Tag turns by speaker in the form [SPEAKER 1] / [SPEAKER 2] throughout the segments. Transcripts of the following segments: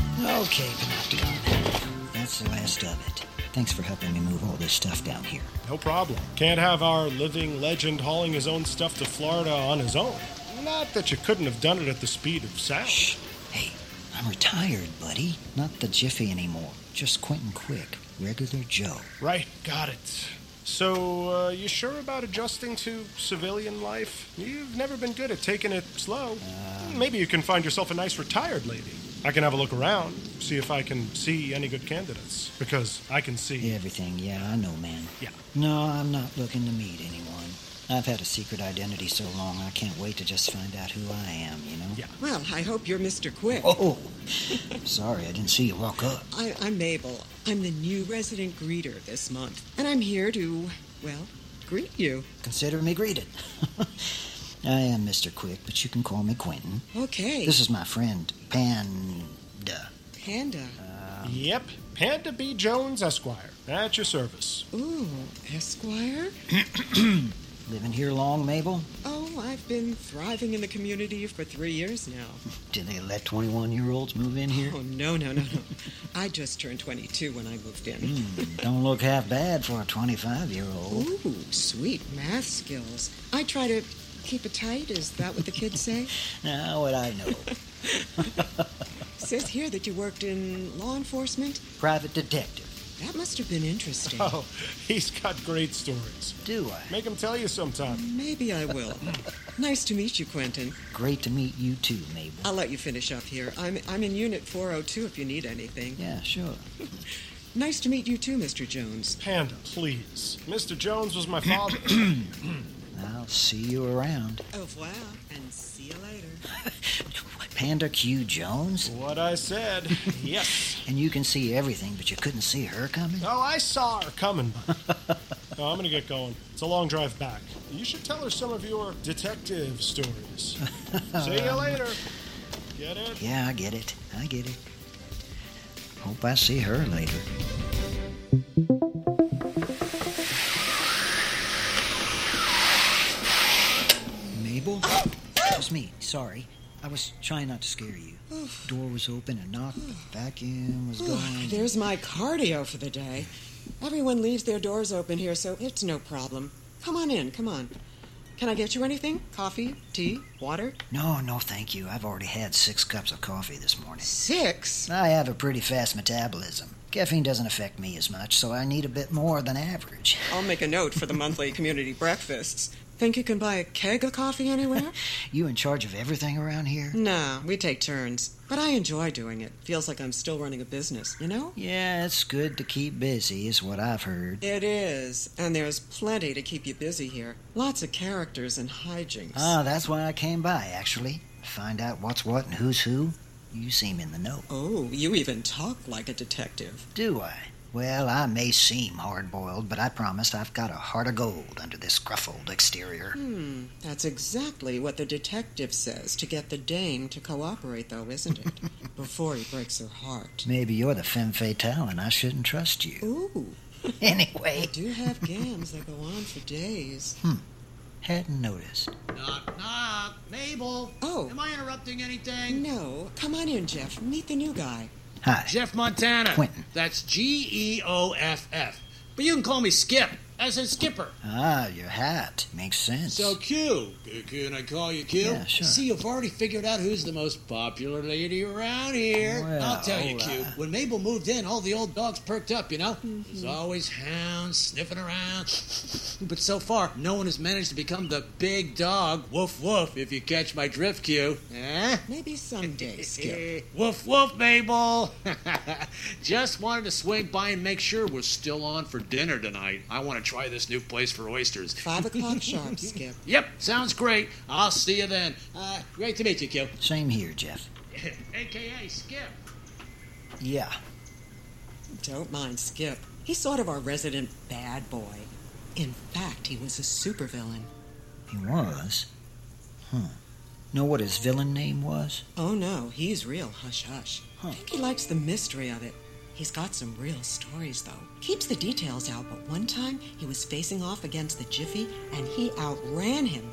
[SPEAKER 1] cave and I have to go now. That's the last of it. Thanks for helping me move all this stuff down here.
[SPEAKER 2] No problem. Can't have our living legend hauling his own stuff to Florida on his own. Not that you couldn't have done it at the speed of sound.
[SPEAKER 1] Shh. Hey, I'm retired, buddy. Not the Jiffy anymore. Just Quentin Quick, regular Joe.
[SPEAKER 2] Right, got it. So, uh, you sure about adjusting to civilian life? You've never been good at taking it slow. Maybe you can find yourself a nice retired lady. I can have a look around, see if I can see any good candidates. Because I can see.
[SPEAKER 1] Everything, yeah, I know, man.
[SPEAKER 2] Yeah.
[SPEAKER 1] No, I'm not looking to meet anyone. I've had a secret identity so long, I can't wait to just find out who I am, you know?
[SPEAKER 2] Yeah.
[SPEAKER 3] Well, I hope you're Mr. Quick.
[SPEAKER 1] Oh! Sorry, I didn't see you walk up.
[SPEAKER 3] I, I'm Mabel. I'm the new resident greeter this month, and I'm here to, well, greet you.
[SPEAKER 1] Consider me greeted. I am Mr. Quick, but you can call me Quentin.
[SPEAKER 3] Okay.
[SPEAKER 1] This is my friend, Panda.
[SPEAKER 3] Panda.
[SPEAKER 2] Yep. Panda B. Jones, Esquire. At your service.
[SPEAKER 3] Ooh, Esquire?
[SPEAKER 1] Living here long, Mabel?
[SPEAKER 3] Oh, I've been thriving in the community for three years now.
[SPEAKER 1] Do they let 21 year olds move in here?
[SPEAKER 3] Oh, no, no, no, no. I just turned 22 when I moved in.
[SPEAKER 1] Hmm, Don't look half bad for a 25 year old.
[SPEAKER 3] Ooh, sweet math skills. I try to keep it tight. Is that what the kids say?
[SPEAKER 1] Now, what I know.
[SPEAKER 3] Says here that you worked in law enforcement.
[SPEAKER 1] Private detective.
[SPEAKER 3] That must have been interesting.
[SPEAKER 2] Oh, he's got great stories.
[SPEAKER 1] Do I?
[SPEAKER 2] Make him tell you sometime.
[SPEAKER 3] Maybe I will. nice to meet you, Quentin.
[SPEAKER 1] Great to meet you too, Mabel.
[SPEAKER 3] I'll let you finish up here. I'm, I'm in Unit 402 if you need anything.
[SPEAKER 1] Yeah, sure.
[SPEAKER 3] Nice to meet you too, Mr. Jones.
[SPEAKER 2] Panda, please. Mr. Jones was my father.
[SPEAKER 1] I'll see you around.
[SPEAKER 3] Au revoir, and see you later.
[SPEAKER 1] Panda Q Jones?
[SPEAKER 2] what I said. Yes.
[SPEAKER 1] And you can see everything, but you couldn't see her coming?
[SPEAKER 2] Oh, I saw her coming. bud. no, I'm gonna get going. It's a long drive back. You should tell her some of your detective stories. See you later. Get it?
[SPEAKER 1] Yeah, I get it. I get it. Hope I see her later. Mabel? That was me. Sorry. I was trying not to scare you. Door was open and knocked. The vacuum was going.
[SPEAKER 3] There's my cardio for the day. Everyone leaves their doors open here, so it's no problem. Come on in, come on. Can I get you anything? Coffee, tea, water?
[SPEAKER 1] No, no, thank you. I've already had six cups of coffee this morning.
[SPEAKER 3] Six?
[SPEAKER 1] I have a pretty fast metabolism. Caffeine doesn't affect me as much, so I need a bit more than average.
[SPEAKER 3] I'll make a note for the monthly community breakfasts. Think you can buy a keg of coffee anywhere?
[SPEAKER 1] You in charge of everything around here?
[SPEAKER 3] nah, we take turns. But I enjoy doing it. Feels like I'm still running a business, you know?
[SPEAKER 1] Yeah, it's good to keep busy, is what I've heard.
[SPEAKER 3] It is, and there's plenty to keep you busy here. Lots of characters and hijinks.
[SPEAKER 1] Ah, that's why I came by, actually. Find out what's what and who's who. You seem in the know.
[SPEAKER 3] oh, you even talk like a detective.
[SPEAKER 1] Do I? Well, I may seem hard boiled, but I promise I've got a heart of gold under this gruff old exterior.
[SPEAKER 3] Hmm, that's exactly what the detective says to get the dame to cooperate, though, isn't it? Before he breaks her heart.
[SPEAKER 1] Maybe you're the femme fatale and I shouldn't trust you.
[SPEAKER 3] Ooh, I
[SPEAKER 1] Anyway,
[SPEAKER 3] do have gams that go on for days.
[SPEAKER 1] hadn't noticed.
[SPEAKER 4] Knock, knock. Mabel.
[SPEAKER 3] Oh.
[SPEAKER 4] Am I interrupting
[SPEAKER 1] Mm.
[SPEAKER 4] anything?
[SPEAKER 3] No, come on in, Jeff. Meet the new guy.
[SPEAKER 1] Hi.
[SPEAKER 4] Jeff Montana.
[SPEAKER 1] Quentin.
[SPEAKER 4] That's G E O F F. But you can call me Skip, as in Skipper.
[SPEAKER 1] Ah, your hat. Makes sense.
[SPEAKER 4] So Q. c- Can I call you Q?
[SPEAKER 1] Yeah, sure.
[SPEAKER 4] See, you've already figured out who's the most popular lady around here.
[SPEAKER 1] Well, uh,
[SPEAKER 4] I'll tell you,
[SPEAKER 1] all
[SPEAKER 4] Q.
[SPEAKER 1] right.
[SPEAKER 4] When Mabel moved in, all the old dogs perked up. You know,
[SPEAKER 1] Mm-hmm.
[SPEAKER 4] there's always hounds sniffing around. But so far, no one has managed to become the big dog. Woof woof. If you catch my drift, Q. Eh?
[SPEAKER 3] Maybe someday, Skip.
[SPEAKER 4] Eh, woof woof, Mabel. Just wanted to swing by and make sure we're still on for dinner tonight. I want to try this new place for oysters.
[SPEAKER 3] Five o'clock sharp, Skip.
[SPEAKER 4] Yep, sounds great. I'll see you then. Uh, great to meet you, Q.
[SPEAKER 1] Same here, Jeff.
[SPEAKER 4] AKA Skip.
[SPEAKER 1] Yeah.
[SPEAKER 3] Don't mind Skip. He's sort of our resident bad boy. In fact, he was a supervillain.
[SPEAKER 1] He was? Huh. Know what his villain name was?
[SPEAKER 3] Oh no, he's real hush hush.
[SPEAKER 1] Huh.
[SPEAKER 3] I think he likes the mystery of it. He's got some real stories though. Keeps the details out, but one time he was facing off against the Jiffy and he outran him.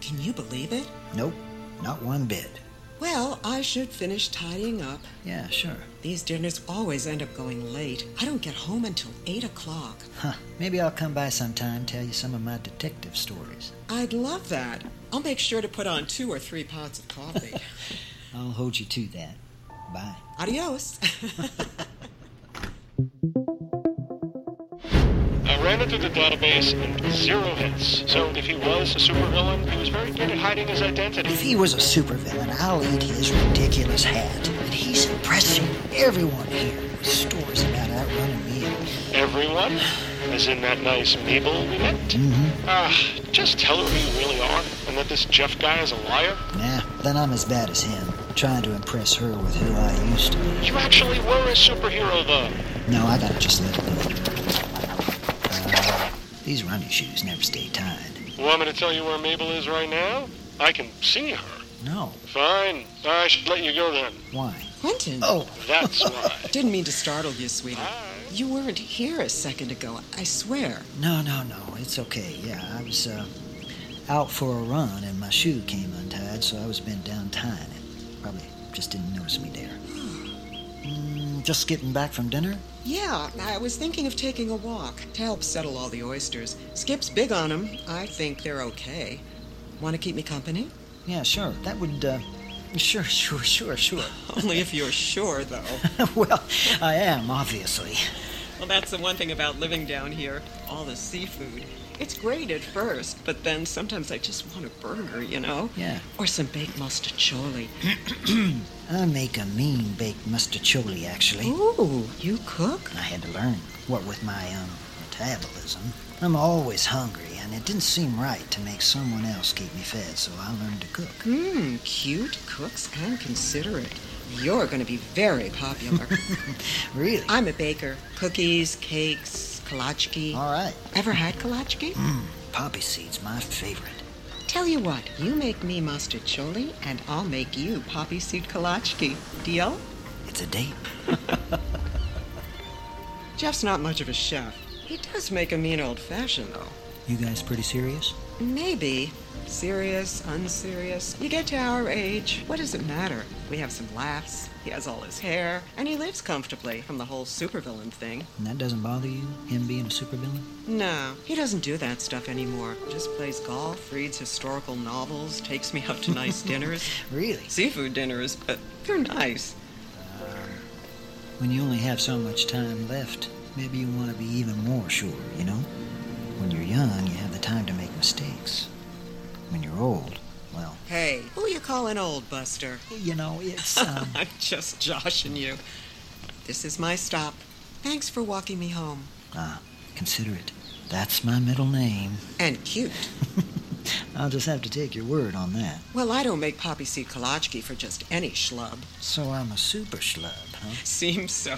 [SPEAKER 3] Can you believe it?
[SPEAKER 1] Nope, not one bit.
[SPEAKER 3] Well, I should finish tidying up.
[SPEAKER 1] Yeah, sure.
[SPEAKER 3] These dinners always end up going late. I don't get home until 8 o'clock.
[SPEAKER 1] Huh. Maybe I'll come by sometime tell you some of my detective stories.
[SPEAKER 3] I'd love that. I'll make sure to put on two or three pots of coffee.
[SPEAKER 1] I'll hold you to that. Bye.
[SPEAKER 3] Adios.
[SPEAKER 5] I uh, ran into the database and zero hits. So if he was a supervillain, he was very good at hiding his identity.
[SPEAKER 1] If he was a supervillain, I'll eat his ridiculous hat. And he's impressing everyone here with stories about outrunning me.
[SPEAKER 5] Everyone, as in that nice Mabel we met. Ah, just tell her who you really are, and that this Jeff guy is a liar.
[SPEAKER 1] Nah, then I'm as bad as him, trying to impress her with who I used to be.
[SPEAKER 5] You actually were a superhero, though.
[SPEAKER 1] No, I gotta just let it go. Uh, these running shoes never stay tied.
[SPEAKER 5] Want me to tell you where Mabel is right now? I can see her.
[SPEAKER 1] No.
[SPEAKER 5] Fine. I should let you go then.
[SPEAKER 1] Why?
[SPEAKER 3] Quentin,
[SPEAKER 1] Oh,
[SPEAKER 5] That's why.
[SPEAKER 3] didn't mean to startle you, sweetie.
[SPEAKER 5] Hi.
[SPEAKER 3] You weren't here a second ago, I swear.
[SPEAKER 1] no, no, no. It's okay. Yeah, I was uh, out for a run and my shoe came untied, so I was bent down tying it. Probably just didn't notice me there. Mm, just getting back from dinner?
[SPEAKER 3] Yeah, I was thinking of taking a walk to help settle all the oysters. Skip's big on 'em. I think they're okay. Want to keep me company?
[SPEAKER 1] Yeah, sure. That would. Uh, sure, sure, sure, sure.
[SPEAKER 3] Only if you're sure, though.
[SPEAKER 1] well, I am, obviously.
[SPEAKER 3] Well, that's the one thing about living down here all the seafood. It's great at first, but then sometimes I just want a burger, you know?
[SPEAKER 1] Yeah.
[SPEAKER 3] Or some baked mustacholi.
[SPEAKER 1] I make a mean baked mustacholi, actually.
[SPEAKER 3] Ooh, you cook?
[SPEAKER 1] I had to learn what with my um, metabolism. I'm always hungry, and it didn't seem right to make someone else keep me fed, so I learned to cook.
[SPEAKER 3] Mmm, cute, cooks, and considerate. You're going to be very popular.
[SPEAKER 1] Really?
[SPEAKER 3] I'm a baker. Cookies, cakes, kolachki.
[SPEAKER 1] All right.
[SPEAKER 3] Ever had kolachki?
[SPEAKER 1] Poppy seeds, my favorite.
[SPEAKER 3] Tell you what, you make me mustacholi, and I'll make you poppy seed kolachki. Deal?
[SPEAKER 1] It's a date.
[SPEAKER 3] Jeff's not much of a chef. He does make a mean old fashioned, though.
[SPEAKER 1] You guys pretty serious?
[SPEAKER 3] Maybe. Serious, unserious. You get to our age. What does it matter? We have some laughs. He has all his hair. And he lives comfortably from the whole supervillain thing.
[SPEAKER 1] And that doesn't bother you, him being a supervillain?
[SPEAKER 3] No, he doesn't do that stuff anymore. Just plays golf, reads historical novels, takes me out to nice dinners.
[SPEAKER 1] Really?
[SPEAKER 3] Seafood dinners, but they're nice.
[SPEAKER 1] When you only have so much time left, maybe you want to be even more sure, you know? When you're young, you have the time to make mistakes. When you're old, well,
[SPEAKER 3] Hey, who you calling old, Buster?
[SPEAKER 1] you know, it's, um,
[SPEAKER 3] I'm just joshing you. This is my stop. Thanks for walking me home.
[SPEAKER 1] ah, considerate. That's my middle name.
[SPEAKER 3] And cute.
[SPEAKER 1] I'll just have to take your word on that.
[SPEAKER 3] Well, I don't make poppy seed kolachki for just any schlub.
[SPEAKER 1] So I'm a super schlub, huh?
[SPEAKER 3] Seems so.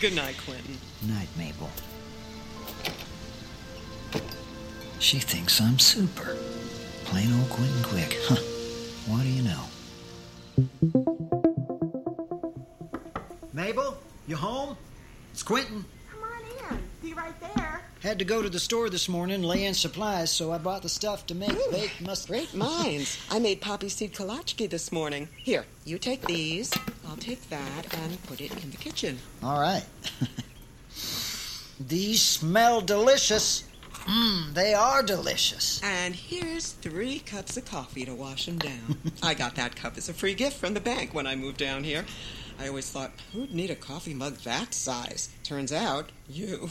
[SPEAKER 3] Good night, Quentin.
[SPEAKER 1] Night, Mabel. She thinks I'm super. Plain old Quentin Quick, huh? What do you know? Mabel, you home? It's Quentin.
[SPEAKER 6] Come on in. Be right there.
[SPEAKER 1] Had to go to the store this morning, lay in supplies, so I bought the stuff to make baked mustard.
[SPEAKER 3] Great minds. I made poppy seed kolachki this morning. Here, you take these. I'll take that and put it in the kitchen.
[SPEAKER 1] All right. These smell delicious. Mmm, they are delicious.
[SPEAKER 3] And here's three cups of coffee to wash them down. I got that cup as a free gift from the bank when I moved down here. I always thought, who'd need a coffee mug that size? Turns out, you.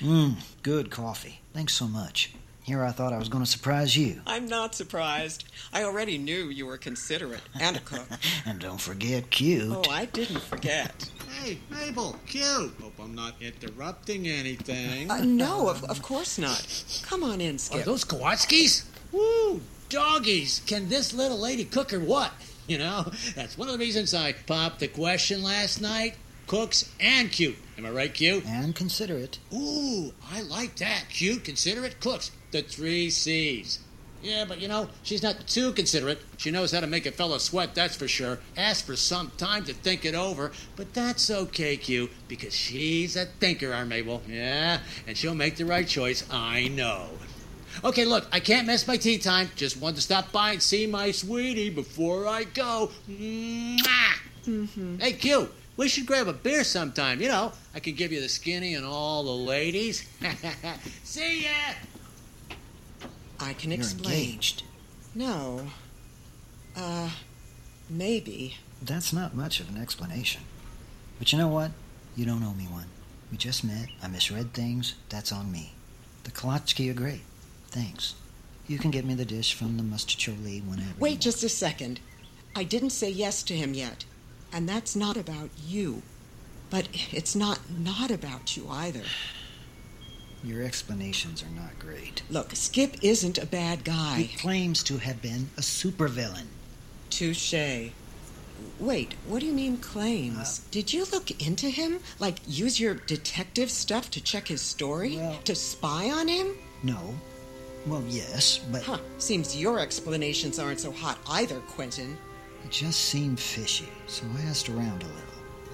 [SPEAKER 1] Mmm, good coffee. Thanks so much. Here I thought I was going to surprise you.
[SPEAKER 3] I'm not surprised. I already knew you were considerate and a cook.
[SPEAKER 1] And don't forget cute.
[SPEAKER 3] Oh, I didn't forget.
[SPEAKER 4] Hey, Mabel, cute. Hope I'm not interrupting anything.
[SPEAKER 3] Uh, no, of, of course not. Come on in,
[SPEAKER 4] Are
[SPEAKER 3] Skip.
[SPEAKER 4] those Kowalskis? Woo, doggies. Can this little lady cook or what? You know, that's one of the reasons I popped the question last night. Cooks and cute. Am I right, cute?
[SPEAKER 1] And consider it.
[SPEAKER 4] Ooh, I like that. Cute, considerate cooks. The three C's. Yeah, but you know, she's not too considerate. She knows how to make a fellow sweat, that's for sure. Ask for some time to think it over, but that's okay, Q, because she's a thinker, our Mabel. Yeah, and she'll make the right choice, I know. Okay, look, I can't miss my tea time. Just wanted to stop by and see my sweetie before I go. Mwah! Hey, Q, we should grab a beer sometime. You know, I can give you the skinny and all the ladies. see ya!
[SPEAKER 3] I can
[SPEAKER 1] You're
[SPEAKER 3] explain.
[SPEAKER 1] engaged.
[SPEAKER 3] No. Uh, maybe.
[SPEAKER 1] That's not much of an explanation. But you know what? You don't owe me one. We just met. I misread things. That's on me. The Kalachki are great. Thanks. You can get me the dish from the Mustacholi whenever. you
[SPEAKER 3] Wait
[SPEAKER 1] want.
[SPEAKER 3] just a second. I didn't say yes to him yet. And that's not about you. But it's not not about you either.
[SPEAKER 1] Your explanations are not great.
[SPEAKER 3] Look, Skip isn't a bad
[SPEAKER 1] He
[SPEAKER 3] guy.
[SPEAKER 1] claims to have been a supervillain.
[SPEAKER 3] Touche. Wait, what do you mean claims? Did you look into him? Like, use your detective stuff to check his story?
[SPEAKER 1] Well-
[SPEAKER 3] to spy on him?
[SPEAKER 1] No. Well, yes, but
[SPEAKER 3] Huh, seems your explanations aren't so hot either, Quentin.
[SPEAKER 1] it just seemed fishy, so I asked around a little.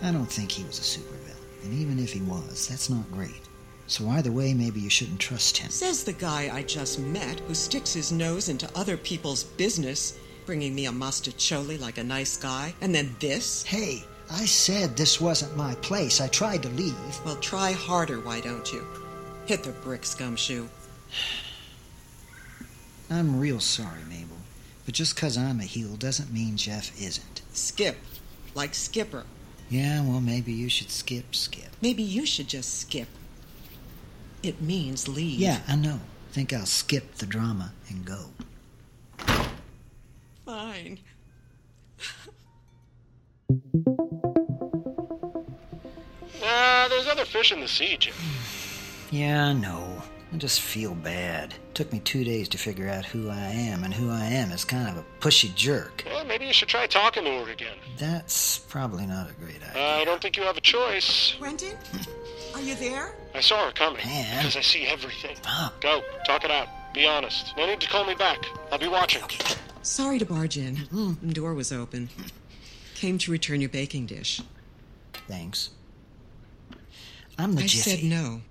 [SPEAKER 1] I don't think he was a supervillain, and even if he was, that's not great. So either way, maybe you shouldn't trust him.
[SPEAKER 3] Says the guy I just met who sticks his nose into other people's business, bringing me a mastacholi like a nice guy, and then this?
[SPEAKER 1] Hey, I said this wasn't my place. I tried to leave.
[SPEAKER 3] Well, try harder, why don't you? Hit the brick, scumshoe.
[SPEAKER 1] I'm real sorry, Mabel, but just 'cause I'm a heel doesn't mean Jeff isn't.
[SPEAKER 3] Skip, like Skipper.
[SPEAKER 1] Yeah, well, maybe you should skip, skip.
[SPEAKER 3] Maybe you should just skip. It means leave.
[SPEAKER 1] Yeah, I know. Think I'll skip the drama and go.
[SPEAKER 3] Fine.
[SPEAKER 5] Uh, there's other fish in the sea, Jim.
[SPEAKER 1] Yeah, I know. I just feel bad. Took me two days to figure out who I am, and who I am is kind of a pushy jerk.
[SPEAKER 5] Well, maybe you should try talking to her again.
[SPEAKER 1] That's probably not a great idea.
[SPEAKER 5] I don't think you have a choice.
[SPEAKER 3] Quentin, are you there?
[SPEAKER 5] I saw her coming.
[SPEAKER 1] Man.
[SPEAKER 5] Because I see everything.
[SPEAKER 1] Bob.
[SPEAKER 5] Go, talk it out. Be honest. No need to call me back. I'll be watching.
[SPEAKER 3] Sorry to barge in. The door was open. Came to return your baking dish.
[SPEAKER 1] Thanks. I'm the
[SPEAKER 3] I
[SPEAKER 1] Jiffy.
[SPEAKER 3] said no.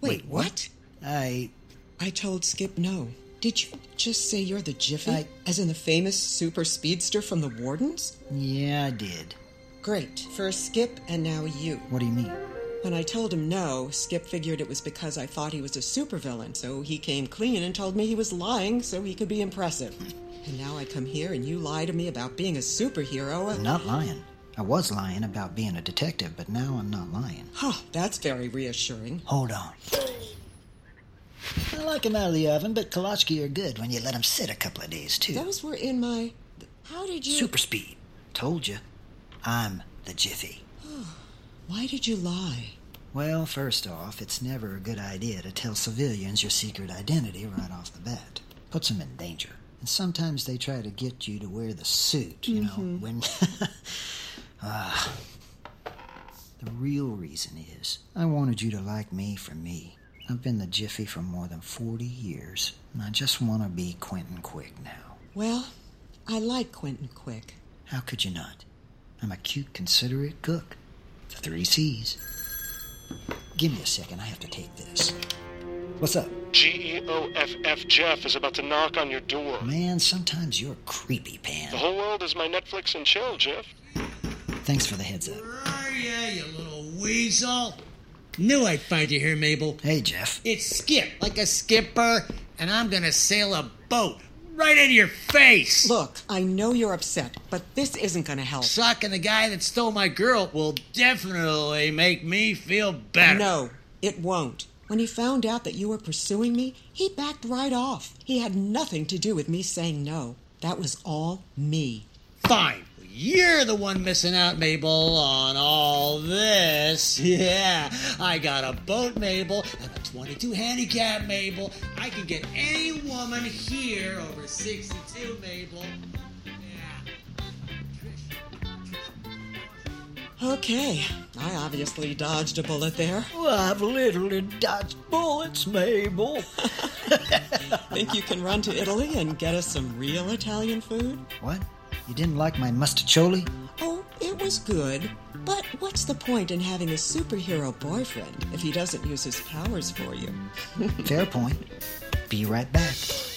[SPEAKER 3] Wait,
[SPEAKER 1] Wait,
[SPEAKER 3] what?
[SPEAKER 1] what? I.
[SPEAKER 3] I told Skip no. Did you just say you're the Jiffy?
[SPEAKER 1] I-
[SPEAKER 3] As in the famous super speedster from the Wardens?
[SPEAKER 1] Yeah, I did.
[SPEAKER 3] Great. First Skip, and now you.
[SPEAKER 1] What do you mean?
[SPEAKER 3] When I told him no, Skip figured it was because I thought he was a supervillain, so he came clean and told me he was lying so he could be impressive. And now I come here and you lie to me about being a superhero.
[SPEAKER 1] I'm not lying. I was lying about being a detective, but now I'm not lying.
[SPEAKER 3] Oh, that's very reassuring.
[SPEAKER 1] Hold on. I like 'em out of the oven, but kolachki are good when you let 'em sit a couple of days, too.
[SPEAKER 3] Those were in my. How did you.
[SPEAKER 1] Super speed. Told you. I'm the Jiffy.
[SPEAKER 3] Why did you lie?
[SPEAKER 1] Well, first off, it's never a good idea to tell civilians your secret identity right off the bat. Puts them in danger. And sometimes they try to get you to wear the suit, you know, when. Ah. the real reason is I wanted you to like me for me. I've been the Jiffy for more than 40 years, and I just want to be Quentin Quick now.
[SPEAKER 3] Well, I like Quentin Quick.
[SPEAKER 1] How could you not? I'm a cute, considerate cook. The three C's. Give me a second, I have to take this. What's up?
[SPEAKER 5] G E O F F Jeff is about to knock on your door.
[SPEAKER 1] Man, sometimes you're creepy,
[SPEAKER 5] The
[SPEAKER 1] Pan.
[SPEAKER 5] whole world is my Netflix and chill, Jeff.
[SPEAKER 1] Thanks for the heads up.
[SPEAKER 4] Where are ya, you little weasel? Knew I'd find you here, Mabel.
[SPEAKER 1] Hey, Jeff.
[SPEAKER 4] It's Skip, like a skipper, and I'm gonna sail a boat right into your face.
[SPEAKER 3] Look, I know you're upset, but this isn't gonna help.
[SPEAKER 4] Sucking the guy that stole my girl will definitely make me feel better.
[SPEAKER 3] No, it won't. When he found out that you were pursuing me, he backed right off. He had nothing to do with me saying no. That was all me.
[SPEAKER 4] Fine. You're the one missing out, Mabel, on all this. Yeah, I got a boat, Mabel, and a 22 handicap, Mabel. I can get any woman here over 62, Mabel. Yeah.
[SPEAKER 3] Okay, I obviously dodged a bullet there.
[SPEAKER 1] I've literally dodged bullets, Mabel.
[SPEAKER 3] Think you can run to Italy and get us some real Italian food?
[SPEAKER 1] what? You didn't like my mustacholi?
[SPEAKER 3] Oh, it was good. But what's the point in having a superhero boyfriend if he doesn't use his powers for you?
[SPEAKER 1] Fair point. Be right back.